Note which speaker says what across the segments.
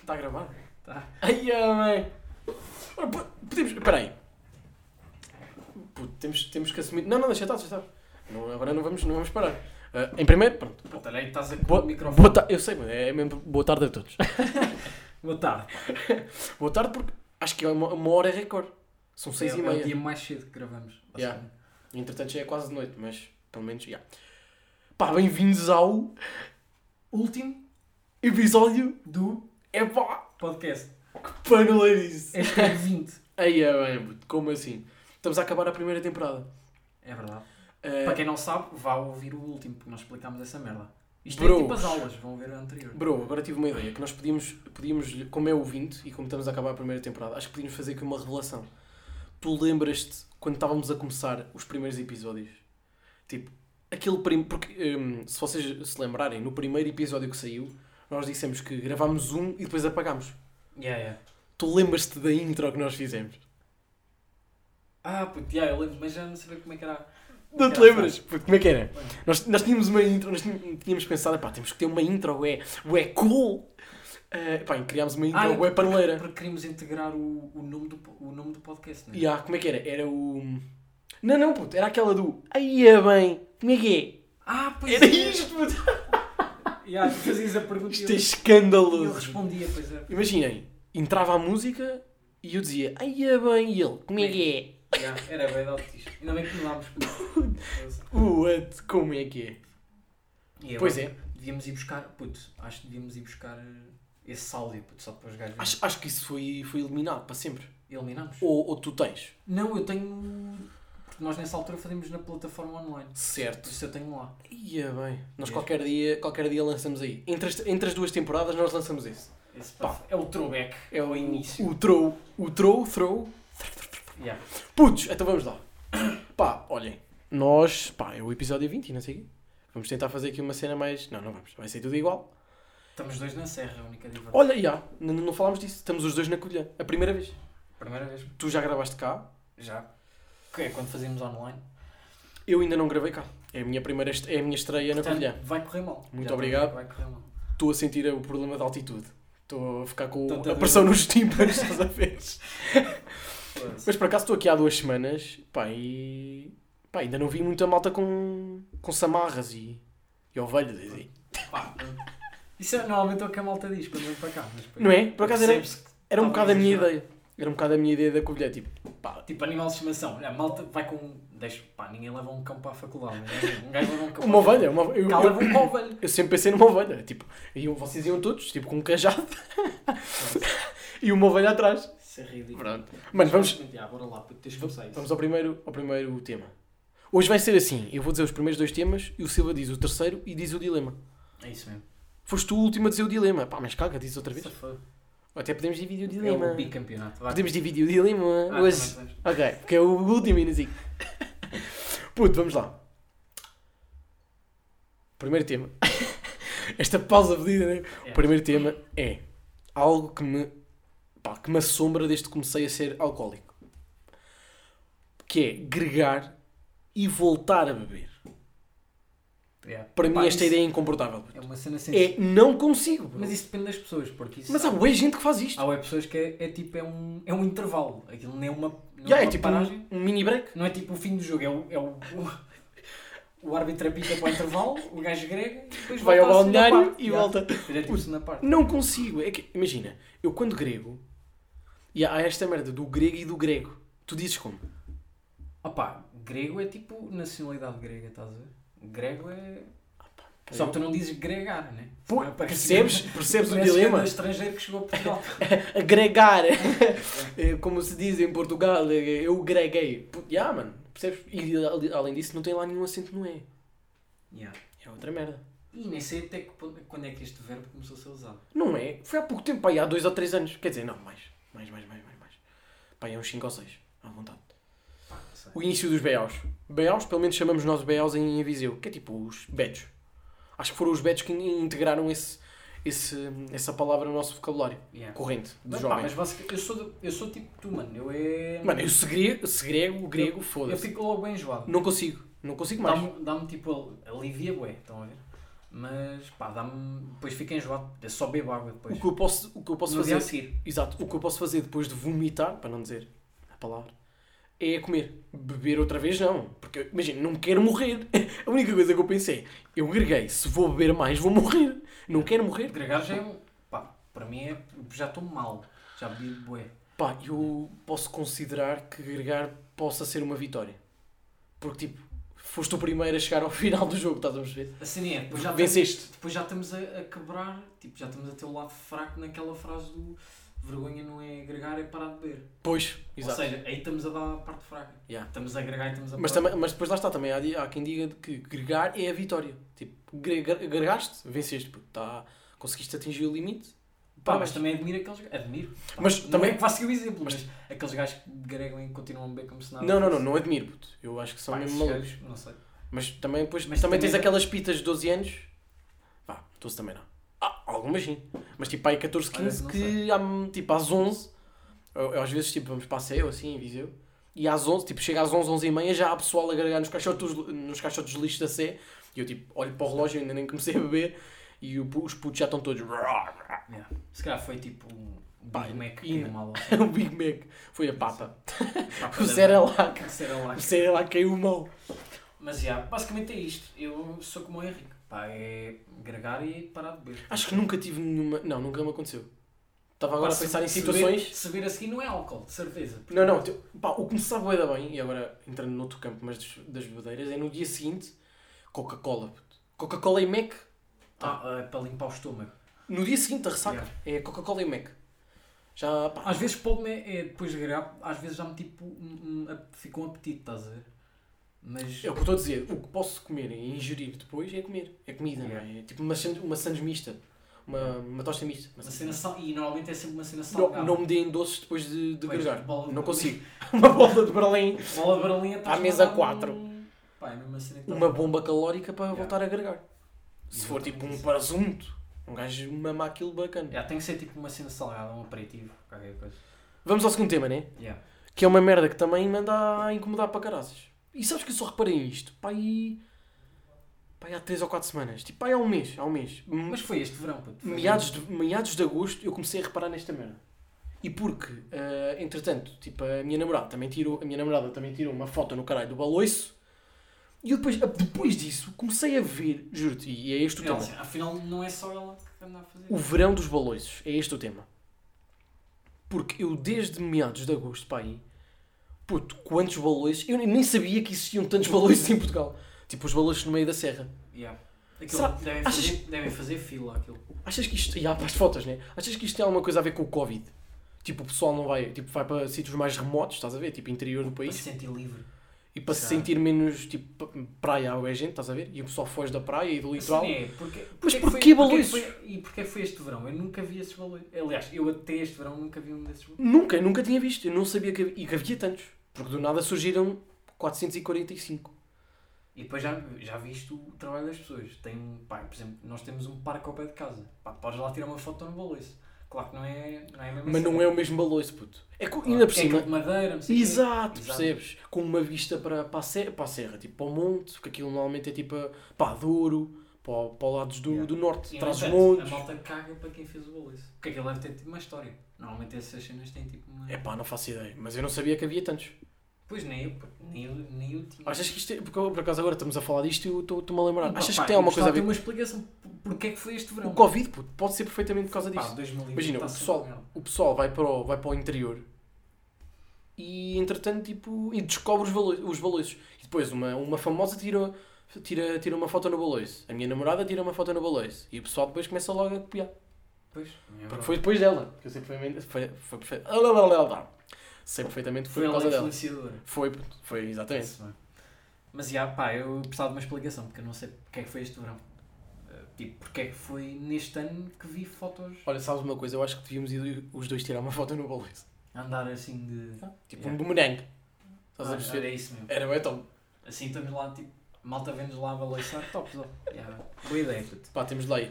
Speaker 1: Está a gravar?
Speaker 2: Tá.
Speaker 1: Ai, amém. Ora, po- podemos. Espera aí. Puto, temos, temos que assumir. Não, não, deixa estar, deixa estar. Não, agora não vamos, não vamos parar. Ah, em primeiro, pronto.
Speaker 2: Batalhei e estás a
Speaker 1: Boa,
Speaker 2: pôr o microfone.
Speaker 1: boa tarde. Eu sei, mano, é mesmo boa tarde a todos.
Speaker 2: Boa tarde.
Speaker 1: boa tarde, porque acho que é uma, uma hora é recorde. São seis
Speaker 2: é,
Speaker 1: e
Speaker 2: é
Speaker 1: meia.
Speaker 2: o dia mais cedo que gravamos.
Speaker 1: Yeah. Entretanto, já é quase de noite, mas pelo menos já. Pá, bem-vindos ao
Speaker 2: Último
Speaker 1: episódio.
Speaker 2: do
Speaker 1: É pá,
Speaker 2: podcast.
Speaker 1: que paneleiro isso!
Speaker 2: Hashtag 20.
Speaker 1: Aí é bem, puto, como assim? Estamos a acabar a primeira temporada.
Speaker 2: É verdade.
Speaker 1: Ah,
Speaker 2: Para quem não sabe, vá ouvir o último, porque nós explicámos essa merda. Isto
Speaker 1: Bros.
Speaker 2: é tipo as aulas, vão ver o anterior.
Speaker 1: Bro, agora tive uma ideia que nós podíamos, podíamos, como é ouvinte e como estamos a acabar a primeira temporada, acho que podíamos fazer aqui uma revelação. Tu lembras-te quando estávamos a começar os primeiros episódios? Tipo, aquele primeiro. Porque hum, se vocês se lembrarem, no primeiro episódio que saiu, nós dissemos que gravámos um e depois apagámos.
Speaker 2: Yeah, yeah.
Speaker 1: Tu lembras-te da intro que nós fizemos?
Speaker 2: Ah, puto, yeah, eu lembro, mas já não sabia como é que era.
Speaker 1: Não te
Speaker 2: Engraçado.
Speaker 1: lembras? Puto, Como é que era? Nós, nós tínhamos uma intro, nós tínhamos, tínhamos pensado, pá, temos que ter uma intro, ué, ué, cool! Eh, pá, e criámos uma intro,
Speaker 2: Ah,
Speaker 1: ué, paneleira.
Speaker 2: Porque queríamos integrar o, o, nome, do, po- o nome do podcast, não é?
Speaker 1: E há, como é que era? Era o. Não, não, puto, era aquela do. Aí é bem, como é que
Speaker 2: Ah,
Speaker 1: é?
Speaker 2: pois
Speaker 1: Era
Speaker 2: é.
Speaker 1: isto, puto.
Speaker 2: Yeah, tu fazias a pergunta
Speaker 1: Isto é
Speaker 2: e eu, eu
Speaker 1: escandaloso.
Speaker 2: respondia, pois é.
Speaker 1: Imaginem, entrava a música e eu dizia, aí é bem, e ele, como é que
Speaker 2: Yeah, era bem de autista. Ainda bem que mudámos.
Speaker 1: é? What, como é que é?
Speaker 2: E eu-
Speaker 1: Pois é,
Speaker 2: Devíamos ir buscar, puto, acho que devíamos ir buscar eh, esse áudio, puto, só para os gajos
Speaker 1: acho, acho que isso foi, foi eliminado para sempre.
Speaker 2: eliminarmos.
Speaker 1: Ou, ou tu tens.
Speaker 2: Não, eu tenho. Porque nós nessa altura fazemos na plataforma online. Por
Speaker 1: Certo.
Speaker 2: isso eu tenho lá.
Speaker 1: Aí é bem. Nós
Speaker 2: Mesmo.
Speaker 1: qualquer dia, qualquer dia lançamos aí. Entre as, entre as duas temporadas nós lançamos esse.
Speaker 2: Esse
Speaker 1: Pá.
Speaker 2: pá, é o throwback.
Speaker 1: É o
Speaker 2: início.
Speaker 1: O throw, o throw, throw,
Speaker 2: Yeah.
Speaker 1: Putos, então vamos lá. Pá, olhem. Nós, pá, é o episódio 20, não sei o quê. Vamos tentar fazer aqui uma cena mais... Não, não vamos. Vai ser tudo igual.
Speaker 2: Estamos dois na serra, a única diferença.
Speaker 1: Olha, já. n- n- Não falámos disso. Estamos os dois na colha. A primeira vez.
Speaker 2: Primeira vez,
Speaker 1: Tu já gravaste cá.
Speaker 2: já. Que é quando fazemos online.
Speaker 1: Eu ainda não gravei cá. É a minha primeira... est- É a minha estreia na colha.
Speaker 2: Portanto, vai correr mal.
Speaker 1: Muito
Speaker 2: Já tá
Speaker 1: obrigado.
Speaker 2: Vai correr mal.
Speaker 1: Estou a sentir o problema da altitude. Estou a ficar com
Speaker 2: Tanta
Speaker 1: a pressão nos tímpanos, estás a ver?
Speaker 2: Foda-se.
Speaker 1: Mas por acaso estou aqui há duas semanas, pá, e... Pá, ainda não vi muita malta com... Com samarras e... E ovelhas, e...
Speaker 2: Pá, Isso é normalmente é o que a malta diz quando vem para cá. Mas depois-
Speaker 1: Não é? Por acaso era-
Speaker 2: Percebe-se que,
Speaker 1: Era um
Speaker 2: Talvez é?
Speaker 1: bocado a minha
Speaker 2: ajude.
Speaker 1: ideia. Era um bocado a minha ideia da colher. Tipo, pá,
Speaker 2: Tipo, animal de estimação. Olha, a malta vai com. um, Deixa, pá, ninguém leva um cão para a faculdade. mas é assim, Um gajo leva um cão
Speaker 1: uma
Speaker 2: para a
Speaker 1: ovelha. Uma, eu,
Speaker 2: faculdade. Cá leva
Speaker 1: eu,
Speaker 2: um cão velho.
Speaker 1: eu sempre pensei numa ovelha. Tipo, e vocês iam todos, tipo, com um cajado e uma ovelha atrás.
Speaker 2: Isso é ridículo.
Speaker 1: Pronto. Mano, vamos,
Speaker 2: Ah, bora lá, puto, tens que começar isso.
Speaker 1: vamos ao, primeiro, ao primeiro tema. Hoje vai ser assim. Eu vou dizer os primeiros dois temas e o Silva diz o terceiro e diz o dilema.
Speaker 2: É isso mesmo.
Speaker 1: Foste tu o último a dizer o dilema. Pá, mas caga, diz outra vez.
Speaker 2: Isso foi-
Speaker 1: Até podemos dividir o
Speaker 2: É
Speaker 1: dilema.
Speaker 2: o bicampeonato. Vai.
Speaker 1: Podemos dividir o dilema
Speaker 2: Ah,
Speaker 1: hoje.
Speaker 2: também tens.
Speaker 1: Ok, porque é o último Inazinho. Puto, vamos lá. Primeiro tema. Esta pausa pedida, né? O
Speaker 2: É.
Speaker 1: primeiro tema é algo que me, pá, que me assombra desde que comecei a ser alcoólico. Que é gregar e voltar a beber.
Speaker 2: Yeah.
Speaker 1: Para
Speaker 2: Pá,
Speaker 1: mim esta
Speaker 2: isso
Speaker 1: ideia é incomportável.
Speaker 2: É uma cena sem.
Speaker 1: É não consigo. bro.
Speaker 2: Mas isso depende das pessoas, porque isso.
Speaker 1: Mas há um- bué gente que faz isto.
Speaker 2: Há web pessoas que é, é tipo, é um, é um intervalo. Aquilo nem é uma. Não
Speaker 1: Já, é
Speaker 2: uma
Speaker 1: tipo
Speaker 2: paragem.
Speaker 1: um, um mini break.
Speaker 2: Não é tipo o fim do jogo, é o. É o, o... O árbitro apita para o intervalo, o gajo grega e depois
Speaker 1: Vai ao
Speaker 2: volta à segunda
Speaker 1: balneário
Speaker 2: parte.
Speaker 1: e
Speaker 2: Yeah.
Speaker 1: volta.
Speaker 2: Depois é tipo segunda parte.
Speaker 1: Não consigo. É que, imagina, eu quando grego. E há esta merda do grego e do grego. Tu dizes como?
Speaker 2: Opa, grego é tipo nacionalidade grega, estás a ver? Grego é. Só que tu não dizes gregar, né?
Speaker 1: Pô,
Speaker 2: Não, parece
Speaker 1: percebes
Speaker 2: que-
Speaker 1: percebes o
Speaker 2: parece que é
Speaker 1: dilema?
Speaker 2: um estrangeiro que chegou a Portugal.
Speaker 1: Agregar. É como se diz em Portugal, é, eu greguei. Pô, Já, mano. Percebes? E ali- além disso, não tem lá nenhum acento no E.
Speaker 2: Yeah.
Speaker 1: É outra merda.
Speaker 2: E nem sei até que ponto- quando é que este verbo começou a ser usado.
Speaker 1: Não é? Foi há pouco tempo, pá, aí há dois ou três anos. Quer dizer, não, mais. Mais, mais, mais, mais. mais. Pá, aí há uns cinco ou seis. À vontade.
Speaker 2: Pá, não sei.
Speaker 1: O início dos BAUs. BAUs, pelo menos chamamos nós BAUs em Viseu, que é tipo os betos. Acho que foram os betos que in- integraram esse, esse- essa palavra no nosso vocabulário
Speaker 2: Yeah.
Speaker 1: corrente do
Speaker 2: Mas, pá,
Speaker 1: jovem.
Speaker 2: mas basicamente, eu sou, do- eu sou tipo tu, mano. Eu é.
Speaker 1: Mano, eu segrego, segrego grego,
Speaker 2: eu
Speaker 1: foda-se.
Speaker 2: fico logo bem enjoado. Tá
Speaker 1: Não consigo, não consigo mais.
Speaker 2: Dá-me dá tipo, al- alivia bué, estão a ver? Mas pá, dá-me. Depois fico enjoado. Eu só bebo água depois.
Speaker 1: O que eu posso, o que eu posso
Speaker 2: no dia a
Speaker 1: fazer.
Speaker 2: seguir.
Speaker 1: Exato. O que eu posso fazer depois de vomitar, para não dizer a palavra, é comer. Beber outra vez não. Porque, eu- imagina, não quero morrer. A única coisa que eu pensei é, eu greguei, se vou beber mais vou morrer. Não quero morrer.
Speaker 2: Gregar já é um. Pá, para mim é. Já estou mal. Já bebi bué.
Speaker 1: Pá, eu posso considerar que gregar possa ser uma vitória. Porque, tipo, foste o primeiro a chegar ao final do jogo, estás a perceber?
Speaker 2: Assim é, depois já
Speaker 1: Venceste.
Speaker 2: Estamos, depois já estamos a, a quebrar, tipo, já estamos a ter o lado fraco naquela frase do vergonha não é agregar, é parar de beber.
Speaker 1: Pois, exato.
Speaker 2: Ou seja, aí estamos a dar a parte fraca.
Speaker 1: Yeah.
Speaker 2: Estamos a agregar e estamos a
Speaker 1: Mas,
Speaker 2: parar.
Speaker 1: também, mas depois lá está, também há, di- há quem diga que gregar é a vitória. Tipo, gregar- gregaste, venceste, porque tá, conseguiste atingir o limite.
Speaker 2: Pá, mas também admiro aqueles gajos. Admiro. Pá,
Speaker 1: Mas
Speaker 2: não
Speaker 1: também-
Speaker 2: é que vá seguir o exemplo, mas, aqueles gajos que gregam e continuam a beber como se nada.
Speaker 1: Não, não, não,
Speaker 2: fosse.
Speaker 1: não admiro, puto. Eu acho que são
Speaker 2: Pá,
Speaker 1: mesmo
Speaker 2: esses
Speaker 1: malucos.
Speaker 2: gajos, Não sei.
Speaker 1: Mas também, depois,
Speaker 2: Mas
Speaker 1: também,
Speaker 2: também-
Speaker 1: tens aquelas pitas de 12 anos. Pá, 12 também não. Ah, algumas sim. Mas tipo, aí 14,
Speaker 2: Olha,
Speaker 1: 15,
Speaker 2: não
Speaker 1: que há, tipo, às 11, eu, eu às vezes tipo, vamos passeio assim, em Viseu. E às 11, tipo, chega às 11, 11 e meia, já há pessoal a gargar nos caixotes, nos caixotes de lixo da Sé. E eu tipo, olho para o relógio, ainda nem comecei a beber. E o pu- os putos já estão todos. O
Speaker 2: Yeah. Se calhar foi tipo um um
Speaker 1: Pá,
Speaker 2: Big Mac
Speaker 1: e-
Speaker 2: que caiu mal.
Speaker 1: Big Mac foi a papa.
Speaker 2: assim. Pá,
Speaker 1: O
Speaker 2: para
Speaker 1: Zé
Speaker 2: dar-
Speaker 1: era lá,
Speaker 2: O Zé era lá.
Speaker 1: o Zé era lá caiu mal.
Speaker 2: Mas já, basicamente é isto. Eu sou como o Henrique. Pá, é gregar e parar de beber.
Speaker 1: Acho que nunca tive nenhuma. Não, nunca me aconteceu. Estava agora
Speaker 2: Pá,
Speaker 1: a pensar em
Speaker 2: se- se
Speaker 1: situações.
Speaker 2: beber- Se beber a seguir não é álcool, de certeza.
Speaker 1: Não, não, tipo, pá, o que me sabe bué da bem, e agora entrando noutro campo, mas das, das bebedeiras, é no dia seguinte, Coca-Cola. puto. Coca-Cola e Mac,
Speaker 2: Ah, é para limpar o estômago.
Speaker 1: no dia seguinte a ressaca, é Coca-Cola e Mac. Já, pá,
Speaker 2: Às vezes pode-me, é, depois de gregar, às vezes dá-me tipo, um, um, ap- fica um apetite, estás a ver? Mas,
Speaker 1: é o que eu estou a dizer, o que posso comer e ingerir depois é comer, é comida,
Speaker 2: Yeah.
Speaker 1: não é? É tipo uma, san- uma sandes mista, uma, uma tosta mista. Uma
Speaker 2: uma
Speaker 1: sandes-
Speaker 2: cena sal... E normalmente é sempre uma cena salgada.
Speaker 1: não, não me deem doces depois de, de
Speaker 2: Pois,
Speaker 1: gregar,
Speaker 2: bola de
Speaker 1: não
Speaker 2: Berlim.
Speaker 1: consigo. uma bola de Berlim,
Speaker 2: Bola de berlinha estás
Speaker 1: À mesa
Speaker 2: a dar um-
Speaker 1: quatro.
Speaker 2: Pá, é mesmo uma cena que
Speaker 1: uma
Speaker 2: estás a dar.
Speaker 1: bomba calórica para
Speaker 2: Yeah.
Speaker 1: voltar a gregar. Se for tipo um presunto, um gajo mama aquilo bacana.
Speaker 2: Yeah, tem que ser tipo uma cena salgada, um aperitivo, qualquer coisa.
Speaker 1: Vamos ao segundo tema, né?
Speaker 2: Yeah.
Speaker 1: Que é uma merda que também me anda a incomodar para caraças. E sabes que eu só reparei isto? Pá, aí. Pá, aí há 3 ou 4 semanas. Tipo, pá, aí há um mês. Há um mês. M-
Speaker 2: Mas foi este verão, puto. Foi
Speaker 1: meados, de, meados de agosto eu comecei a reparar nesta merda. E porque, ah, entretanto, tipo, a minha namorada também tirou. A minha namorada também tirou uma foto no caralho do baloiço. E eu depois, depois disso, comecei a ver, juro-te, e é este o
Speaker 2: Ela,
Speaker 1: tema.
Speaker 2: assim, afinal, não é só ela que anda a fazer.
Speaker 1: O verão dos baloiços. É este o tema. Porque eu, desde meados de agosto para aí, puto, quantos baloiços. Eu nem- nem sabia que existiam tantos baloiços em Portugal. Tipo, os baloiços no meio da serra.
Speaker 2: Yeah.
Speaker 1: Será-
Speaker 2: Aquilo, devem,
Speaker 1: achas-
Speaker 2: fazer, devem fazer fila aquilo.
Speaker 1: Achas que isto. E há para as fotos, né? Achas que isto tem alguma coisa a ver com o Covid? Tipo, o pessoal não vai. Tipo, vai para sítios mais remotos, estás a ver? Tipo, interior do
Speaker 2: Para se
Speaker 1: país.
Speaker 2: sentir livre.
Speaker 1: E para se
Speaker 2: Já.
Speaker 1: sentir menos, tipo, pa- praia ou é gente, estás a ver? E o pessoal foge da praia e do litoral.
Speaker 2: Assim é, porque, porque
Speaker 1: Mas
Speaker 2: é que
Speaker 1: porquê
Speaker 2: foi-
Speaker 1: balões?
Speaker 2: Porque é que foi, e porquê foi este verão? Eu nunca vi esses balões. Aliás, eu até este verão nunca vi um desses balões.
Speaker 1: Nunca, nunca tinha visto. Eu não sabia que havia, e que havia tantos. Porque do nada surgiram 445.
Speaker 2: E depois já, já viste o trabalho das pessoas. Tem, um- pá, por exemplo, nós temos um parque ao pé de casa. Pá, podes lá tirar uma foto no balanço. Claro que não é, não é a mesma
Speaker 1: Mas não
Speaker 2: cena.
Speaker 1: é o mesmo baloiço, puto. É co-
Speaker 2: Claro,
Speaker 1: ainda por
Speaker 2: porque é
Speaker 1: cima.
Speaker 2: aquele de madeira, não sei o quê.
Speaker 1: Exato,
Speaker 2: Exato.
Speaker 1: percebes? Com uma vista para, para, a serra, para a serra, tipo para o monte, que aquilo normalmente é tipo a- para Douro, para, o- para o lado do,
Speaker 2: Yeah. é,
Speaker 1: do norte,
Speaker 2: E,
Speaker 1: traz os
Speaker 2: no entanto,
Speaker 1: montes.
Speaker 2: A malta caga para quem fez o balanço. Porque aquilo deve ter tipo uma história. Normalmente essas cenas têm tipo uma.
Speaker 1: É pá, não faço ideia, mas eu não sabia que havia tantos.
Speaker 2: Pois nem eu, pô, nem eu, nem eu tinha.
Speaker 1: Achas que isto é. Porque eu, por acaso agora estamos a falar disto e eu estou- estou-me a lembrar.
Speaker 2: Pá,
Speaker 1: Achas
Speaker 2: pá,
Speaker 1: que tem alguma
Speaker 2: eu
Speaker 1: coisa a
Speaker 2: gostava
Speaker 1: ver
Speaker 2: de
Speaker 1: com
Speaker 2: ter uma explicação por- porque é que foi este verão.
Speaker 1: o Covid? puto? Pode ser perfeitamente por causa
Speaker 2: Pá,
Speaker 1: disto.
Speaker 2: 2020
Speaker 1: Imagina,
Speaker 2: tá
Speaker 1: o
Speaker 2: sempre
Speaker 1: pessoal-
Speaker 2: com ela.
Speaker 1: O pessoal vai para o, vai para o interior e entretanto tipo, e descobre os, balo- os baloiços. E depois uma, uma famosa tira, tira, tira uma foto no baloiço. A minha namorada tira uma foto no baloiço. E o pessoal depois começa logo a copiar.
Speaker 2: Pois, não é
Speaker 1: Porque
Speaker 2: verdade.
Speaker 1: foi depois dela. Que eu sei perfeitamente. Foi, foi perfe- Ah, lá, lá, lá, lá. Sei perfeitamente que foi
Speaker 2: foi
Speaker 1: por
Speaker 2: ela a
Speaker 1: causa dela.
Speaker 2: influenciadora.
Speaker 1: Foi, foi exatamente.
Speaker 2: Isso, bem. Mas já, pá, eu precisava de uma explicação porque eu não sei porque é que foi este verão. Eh, Tipo, porque é que foi neste ano que vi fotos
Speaker 1: Olha, sabes uma coisa? Eu acho que devíamos ir os dois tirar uma foto no baloiço.
Speaker 2: a andar assim de.
Speaker 1: Tipo
Speaker 2: Yeah.
Speaker 1: um bumerangue. Estás a
Speaker 2: Ah,
Speaker 1: perceber?
Speaker 2: era isso mesmo.
Speaker 1: Era bem top.
Speaker 2: Assim estamos lá, tipo, malta vendo lá a balançar, top, só. Yeah, boa ideia. puto.
Speaker 1: Pá, temos de lá aí.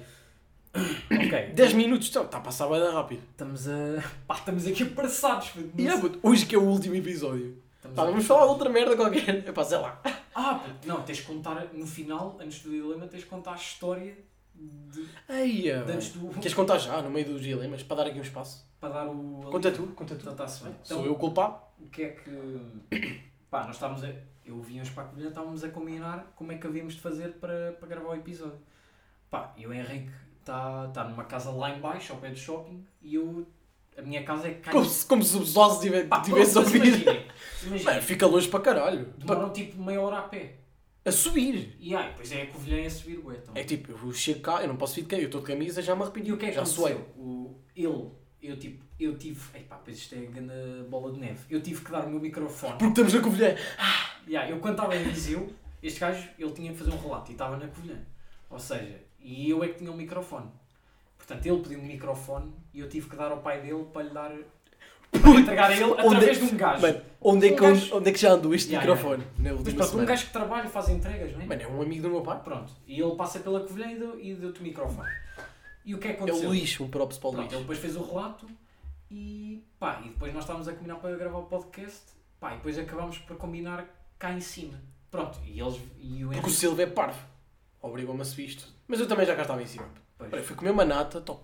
Speaker 2: ok,
Speaker 1: 10 minutos, está a passar bem rápido.
Speaker 2: estamos a. Pá, estamos aqui apressados, puto, não
Speaker 1: E é,
Speaker 2: sei.
Speaker 1: puto, hoje que é o último episódio.
Speaker 2: Estamos
Speaker 1: Pá, vamos falar de outra merda qualquer. É pá, sei lá.
Speaker 2: Ah, puto, não, tens de contar no final, antes do dilema, tens de contar a história de-
Speaker 1: Ei,
Speaker 2: de antes do.
Speaker 1: Queres contar já, no meio dos dilemas, para dar aqui um espaço?
Speaker 2: para dar o.
Speaker 1: Conta tu, conta tu.
Speaker 2: Então está-se bem. Então,
Speaker 1: Sou eu o culpado?
Speaker 2: o que é que. Pá, nós estávamos a. Eu vinha para a Covilhã, estávamos a combinar como é que havíamos de fazer para, para gravar o episódio. Pá, e o Henrique está está numa casa lá em baixo, ao pé do shopping, e eu. A minha casa é que
Speaker 1: Como se, como se o Bezos tive-
Speaker 2: Pá,
Speaker 1: tivesse
Speaker 2: pronto, mas
Speaker 1: ouvido.
Speaker 2: imaginem, imaginem,
Speaker 1: Mano, fica longe para caralho.
Speaker 2: Demoram tipo meia hora a pé.
Speaker 1: A subir.
Speaker 2: E ai, pois é a Covilhã a subir, ué, então.
Speaker 1: É tipo, eu chego cá, eu não posso vir de quem? Eu estou de camisa, já me arrependi.
Speaker 2: E o que é que
Speaker 1: já
Speaker 2: aconteceu?
Speaker 1: suei.
Speaker 2: O, ele, eu tipo, eu tive. Epá, pois isto é grande bola de neve. Eu tive que dar o meu microfone.
Speaker 1: Porque estamos na Covilhã.
Speaker 2: Yeah, eu quando estava em Viseu, este gajo ele tinha que fazer um relato e estava na Covilhã. Ou seja, e eu é que tinha o microfone. Portanto, ele pediu um microfone e eu tive que dar ao pai dele para lhe dar. para lhe entregar a ele
Speaker 1: é
Speaker 2: através de um gajo.
Speaker 1: Mano, onde, é que,
Speaker 2: Um gajo.
Speaker 1: onde é que já andou este
Speaker 2: Ya, ya,
Speaker 1: microfone? Na
Speaker 2: Mas
Speaker 1: última
Speaker 2: pronto, um
Speaker 1: semana.
Speaker 2: gajo que trabalha faz entregas, não é?
Speaker 1: Mano, é um amigo do meu pai.
Speaker 2: Pronto, e ele passa pela Covilhã e deu- e deu-te o microfone. E o que é que
Speaker 1: É
Speaker 2: aconteceu?
Speaker 1: o Luís, um props para o
Speaker 2: Pronto, ele
Speaker 1: Luís.
Speaker 2: então depois fez o relato e pá, e depois nós estávamos a combinar para gravar o podcast, pá, e depois acabámos por combinar cá em cima. Pronto, e eles e
Speaker 1: Porque
Speaker 2: o
Speaker 1: o
Speaker 2: Henrique
Speaker 1: Silva é parvo. Obrigou-me a subir isto. Mas eu também já cá estava em cima.
Speaker 2: depois-
Speaker 1: Olha, fui comer uma nata, top.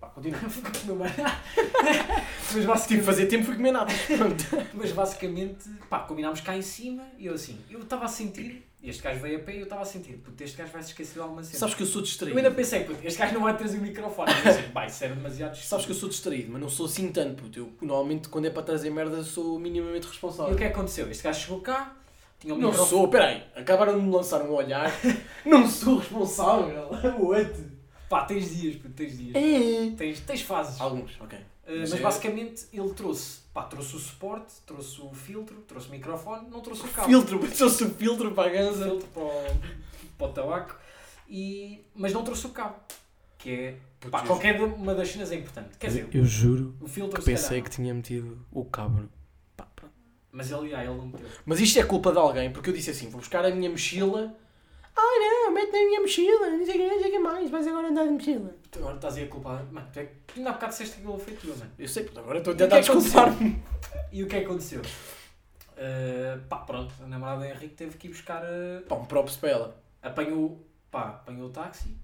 Speaker 1: Pá, continua.
Speaker 2: Meu bem. mas,
Speaker 1: Tive que
Speaker 2: basicamente,
Speaker 1: fazer tempo, fui comer nata. Pronto.
Speaker 2: mas basicamente, pá, combinámos cá em cima e eu assim, eu estava a sentir, este gajo veio a pé e eu estava a sentir, puto, este gajo vai se esquecer de alguma cena.
Speaker 1: Sabes que eu sou distraído.
Speaker 2: eu ainda pensei, puto, este gajo não vai trazer o microfone. Eu pensei, pá, isso era demasiado
Speaker 1: Sabes que eu sou distraído, mas não sou assim tanto, puto. Eu, normalmente, quando é para trazer merda, sou minimamente
Speaker 2: E
Speaker 1: responsável.
Speaker 2: o que é que aconteceu? Este gajo chegou cá, tinha o
Speaker 1: Não
Speaker 2: microfone.
Speaker 1: sou, peraí, acabaram de me lançar um olhar. não sou responsável. What?
Speaker 2: Pá, tens dias, puto, tens dias.
Speaker 1: É-
Speaker 2: Tens, tens fases.
Speaker 1: Alguns, ok.
Speaker 2: Uh,
Speaker 1: Mas
Speaker 2: mas
Speaker 1: é-
Speaker 2: basicamente ele trouxe, pá, trouxe o suporte, trouxe o filtro, trouxe o microfone, não trouxe o cabo.
Speaker 1: Filtro, passou-se o filtro para a ganza.
Speaker 2: filtro para o, para o tabaco, e, mas não trouxe o cabo. Que é, pá,
Speaker 1: Putz,
Speaker 2: qualquer de- uma das cenas é importante. Quer dizer,
Speaker 1: juro
Speaker 2: o filtro
Speaker 1: que
Speaker 2: se
Speaker 1: pensei
Speaker 2: calhar
Speaker 1: que tinha metido o cabo. Pá, pronto.
Speaker 2: não. Mas ele, ah, ele não meteu.
Speaker 1: Mas isto é culpa de alguém, porque eu disse assim: vou buscar a minha mochila. Ai não, mete na minha mochila, não sei o que, não sei o que mais, vais agora andar de mochila.
Speaker 2: Tu Agora estás aí a culpar. Mano, tu é que ainda há bocado disseste que aquilo foi tua, mano.
Speaker 1: Eu sei, puto, agora estou a
Speaker 2: E o
Speaker 1: tentar
Speaker 2: que é que
Speaker 1: desculpar-me.
Speaker 2: E o que é que aconteceu? Uh, pá, pronto, a namorada do Henrique teve que ir buscar. uh,
Speaker 1: Pá, um props para ela.
Speaker 2: apanhou, pá, apanhou o táxi.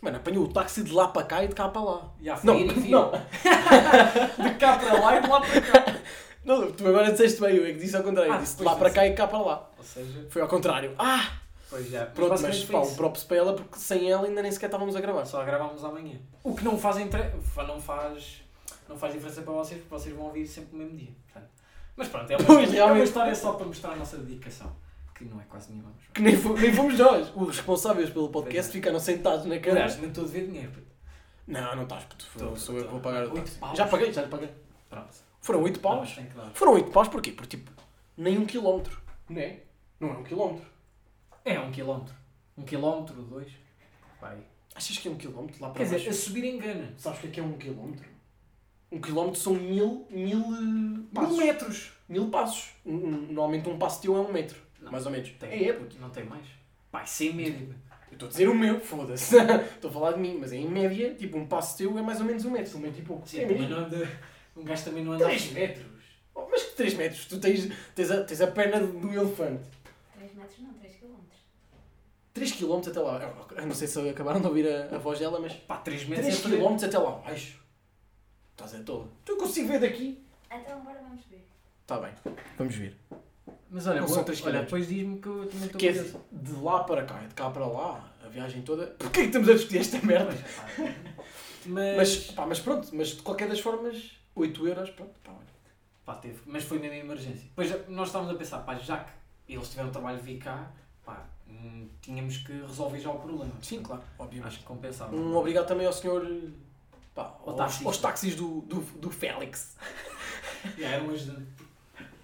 Speaker 1: Mano, apanhou o táxi de lá para cá e de cá para lá.
Speaker 2: E a
Speaker 1: Não,
Speaker 2: ir e vir.
Speaker 1: não.
Speaker 2: De cá para lá e de lá para cá.
Speaker 1: Não, tu agora disseste bem, eu é que disse ao contrário.
Speaker 2: Ah,
Speaker 1: disse de
Speaker 2: pois
Speaker 1: lá para
Speaker 2: disse.
Speaker 1: cá e de cá para lá.
Speaker 2: Ou seja,
Speaker 1: Foi ao contrário. Ah,
Speaker 2: Pois já.
Speaker 1: pronto, mas
Speaker 2: basicamente foi
Speaker 1: pá, um
Speaker 2: isso.
Speaker 1: props para ela, porque sem ela ainda nem sequer estávamos a gravar.
Speaker 2: Só gravámos amanhã. O que não faz, entre... fa- não faz não faz diferença para vocês, porque vocês vão ouvir sempre no mesmo dia. portanto. Mas pronto, é uma,
Speaker 1: Pois,
Speaker 2: é uma
Speaker 1: realmente.
Speaker 2: história só para mostrar a nossa dedicação. Que não é quase nenhuma. Mas...
Speaker 1: Que nem, fo- nem fomos nós. Os responsáveis pelo podcast
Speaker 2: Verdade.
Speaker 1: ficaram sentados na cadeira.
Speaker 2: Aliás, nem estou a dever dinheiro. puto.
Speaker 1: Não, não estás, puto. Sou-
Speaker 2: Tô,
Speaker 1: sou
Speaker 2: tô.
Speaker 1: eu que vou pagar o
Speaker 2: Oito
Speaker 1: táxi.
Speaker 2: paus. Tá
Speaker 1: Já paguei, já lhe paguei.
Speaker 2: Pronto.
Speaker 1: Foram 8
Speaker 2: Não,
Speaker 1: paus?
Speaker 2: tem que dar.
Speaker 1: Foram 8 paus porquê? Por tipo, nem um quilómetro. Não é? Não é um quilómetro.
Speaker 2: É um quilómetro. Um quilómetro, dois. Vai.
Speaker 1: Achas que é um quilómetro lá para
Speaker 2: Quer
Speaker 1: baixo?
Speaker 2: dizer, a subir engana.
Speaker 1: Sabes o que é que é um quilómetro? Um quilómetro são mil, mil eh, passos.
Speaker 2: Mil metros.
Speaker 1: Mil passos. Um- um- normalmente um passo teu é um metro.
Speaker 2: Não.
Speaker 1: Mais ou menos.
Speaker 2: Tem.
Speaker 1: É, é, puto.
Speaker 2: Não tem mais. Pai, sem média.
Speaker 1: Eu estou a dizer o meu, foda-se. Estou a falar de mim, mas em média, tipo, um passo teu é mais ou menos um metro. Um metro e pouco.
Speaker 2: Sim,
Speaker 1: é
Speaker 2: também
Speaker 1: mesmo.
Speaker 2: não anda... Um gajo também não anda a
Speaker 1: Três
Speaker 2: 3 metros.
Speaker 1: Oh, mas que 3 metros? Tu tens, tens, a, tens a perna do elefante.
Speaker 3: 3 metros não, 3 quilómetros.
Speaker 1: 3 km até lá. Eu não sei se acabaram de ouvir a, a voz dela, mas.
Speaker 2: Pá, 3 metros
Speaker 1: 3
Speaker 2: é para-
Speaker 1: km até lá abaixo. Estás a toda. Tu consigo ver daqui?
Speaker 3: Então agora vamos ver.
Speaker 1: Está Tá bem. Vamos ver.
Speaker 2: Mas olha,
Speaker 1: Não
Speaker 2: boa,
Speaker 1: são três
Speaker 2: olha
Speaker 1: quilómetros.
Speaker 2: depois diz-me que eu também estou
Speaker 1: Que é
Speaker 2: curioso.
Speaker 1: de lá para cá, é de cá para lá, a viagem toda. Porquê que estamos a discutir esta merda?
Speaker 2: Mas, pá, mas,
Speaker 1: Mas, pá, mas pronto, mas de qualquer das formas, 8 euros, pronto, tá pá, olha.
Speaker 2: pá, teve, mas foi mesmo emergência. Pois nós estávamos a pensar, pá, já que eles tiveram trabalho de vir cá, pá, hum, tínhamos que resolver já o problema.
Speaker 1: Sim, claro,
Speaker 2: Acho
Speaker 1: obviamente.
Speaker 2: que compensava.
Speaker 1: Um obrigado também ao senhor. Pá,
Speaker 2: Ao
Speaker 1: aos,
Speaker 2: táxi.
Speaker 1: aos táxis do, do, do Félix.
Speaker 2: Já, era um ajudante.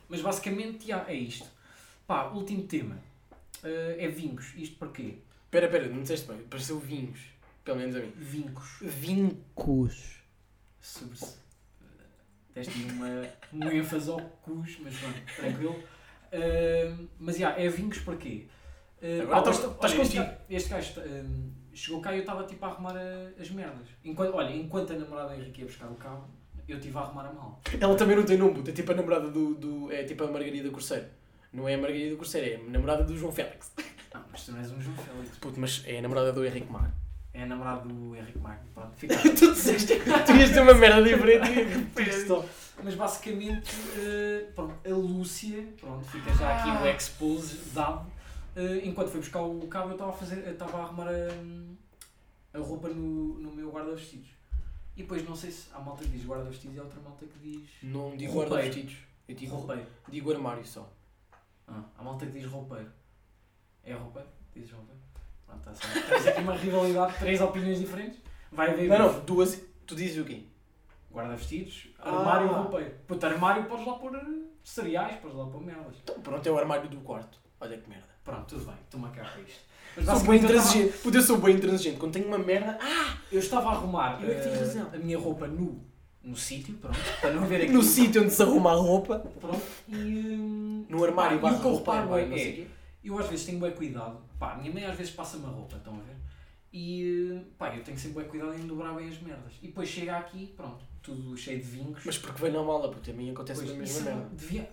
Speaker 2: Mas basicamente já, é isto. Pá, último tema. Eh, é vincos. Isto porquê?
Speaker 1: Espera, espera, não disseste bem, pareceu vinhos. Pelo menos a mim.
Speaker 2: Vincos.
Speaker 1: Vincos.
Speaker 2: Sobre se. eh, Deste uma, um ênfase ao cus, mas pronto, tranquilo. Ahm, mas já, é vinhos porquê? Ah,
Speaker 1: Agora
Speaker 2: ah,
Speaker 1: estás-
Speaker 2: olha,
Speaker 1: estás
Speaker 2: olha, este
Speaker 1: contigo.
Speaker 2: ga- Este gajo ahm, chegou cá e eu estava tipo a arrumar a- as merdas. Enquanto, olha, enquanto a namorada do Henrique ia buscar o carro, eu estive a arrumar a mala.
Speaker 1: Ela também não tem nome, puto, é tipo a namorada do, do. É tipo a Margarida Corseiro. Não é a Margarida Corseiro, é a namorada do João Félix.
Speaker 2: Não, mas tu não és um João Félix.
Speaker 1: Puto, mas é a namorada do Henrique Mar.
Speaker 2: É a namorada do Henrique Magno. Pronto, fica.
Speaker 1: tu disseste tu ias dizer uma merda diferente e repetiste só.
Speaker 2: Mas basicamente, eh, pronto, a Lúcia, pronto, fica já aqui o expose dado. Eh, enquanto foi buscar o cabo, eu estava a fazer, eu estava a arrumar a, a roupa no, no meu guarda-vestidos. E depois, não sei se há malta que diz guarda-vestidos e há outra malta que diz
Speaker 1: Não digo
Speaker 2: Roupeiro.
Speaker 1: guarda-vestidos. Eu digo,
Speaker 2: roupeiro.
Speaker 1: digo armário só.
Speaker 2: Ah, há malta que diz roupeiro. É roupeiro? Dizes roupeiro? Pronto, está certo. Temos aqui uma rivalidade, três opiniões diferentes. Vai haver
Speaker 1: Não, não, duas. Tu dizes o quê?
Speaker 2: guarda-vestidos, armário
Speaker 1: Ah.
Speaker 2: e roupeiro. Puto, armário podes lá pôr eh, cereais, podes lá pôr merdas.
Speaker 1: Então, pronto, é o armário do quarto. Olha que merda.
Speaker 2: Pronto, tudo bem, toma cá para isto.
Speaker 1: Sou bem intransigente. Puta, eu sou bem intransigente. Quando tenho uma merda. Ah,
Speaker 2: Eu estava a arrumar
Speaker 1: Eu é que tenho
Speaker 2: eh,
Speaker 1: razão.
Speaker 2: a minha roupa nu, no sítio, pronto, para não ver aqui.
Speaker 1: no sítio onde se arruma a roupa.
Speaker 2: Pronto, e. hum,
Speaker 1: No armário,
Speaker 2: pá, e
Speaker 1: barra
Speaker 2: o que eu
Speaker 1: roupeiro,
Speaker 2: reparo
Speaker 1: vai,
Speaker 2: é,
Speaker 1: não sei o quê.
Speaker 2: eu às vezes tenho bem cuidado. Pá, a minha mãe às vezes passa-me a roupa, estão a ver? E. hum, pá, eu tenho sempre bem cuidado em dobrar bem as merdas. E depois chega aqui, pronto, tudo cheio de vincos.
Speaker 1: Mas porque vem na mala, porque a mim acontece
Speaker 2: Pois,
Speaker 1: a mesma
Speaker 2: isso é
Speaker 1: merda.
Speaker 2: devia-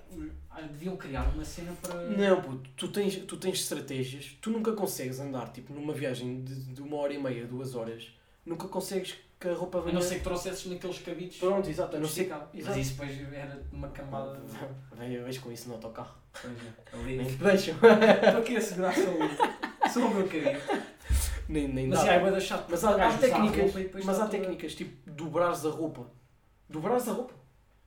Speaker 2: ah, deviam criar uma cena para.
Speaker 1: Não, puto, tu tens, tu tens estratégias, tu nunca consegues andar, tipo, numa viagem de, de uma hora e meia, duas horas, nunca consegues que a roupa
Speaker 2: A
Speaker 1: venha...
Speaker 2: não ser que trouxesses naqueles cabides.
Speaker 1: Pronto, exato, a não ser...
Speaker 2: Esticado. Mas
Speaker 1: exato.
Speaker 2: isso depois era uma camada de. é,
Speaker 1: Vem, eu vejo com isso no autocarro.
Speaker 2: Ali.
Speaker 1: Nem te deixam.
Speaker 2: Estou aqui a segurar só o, só o meu querido.
Speaker 1: nem, nem
Speaker 2: Mas
Speaker 1: dá.
Speaker 2: já é bué da chato.
Speaker 1: Mas
Speaker 2: porque
Speaker 1: há,
Speaker 2: o
Speaker 1: há
Speaker 2: gajo usa a
Speaker 1: técnicas,
Speaker 2: roupa e depois
Speaker 1: mas
Speaker 2: está
Speaker 1: há
Speaker 2: toda-
Speaker 1: técnicas, tipo, dobrares a roupa. Dobrares a roupa.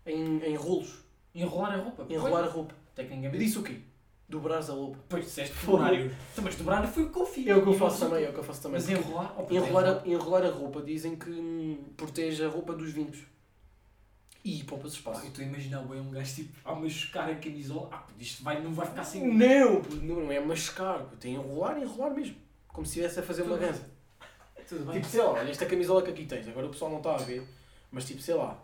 Speaker 1: Em, em rolos.
Speaker 2: Enrolar a roupa.
Speaker 1: Enrolar a roupa.
Speaker 2: pois.
Speaker 1: Eu
Speaker 2: Tecnicamente.
Speaker 1: disse o quê? Dobrares a roupa.
Speaker 2: Depois disseste
Speaker 1: Fogo.
Speaker 2: dobrário. Então, Mas dobrar foi o que eu fiz.
Speaker 1: É o que eu faço
Speaker 2: Enrolar-
Speaker 1: também, é o que eu faço também.
Speaker 2: Mas enrolar... Oh, puto,
Speaker 1: Enrolar a, enrolar a roupa dizem que hum, protege a roupa dos vinhos. E poupas
Speaker 2: Pá, eu
Speaker 1: espaço.
Speaker 2: estou a imaginar bem um gajo tipo a machucar a camisola. Ah, puto, isto vai, não vai ficar assim. sem...
Speaker 1: Não, puto, não, não é mascar, puto, é enrolar, enrolar mesmo. Como se estivesse a fazer uma
Speaker 2: Tudo bem.
Speaker 1: ganza.
Speaker 2: Tudo bem.
Speaker 1: Tipo, sei lá, olha esta camisola que aqui tens, agora o pessoal não está a ver, mas tipo, sei lá.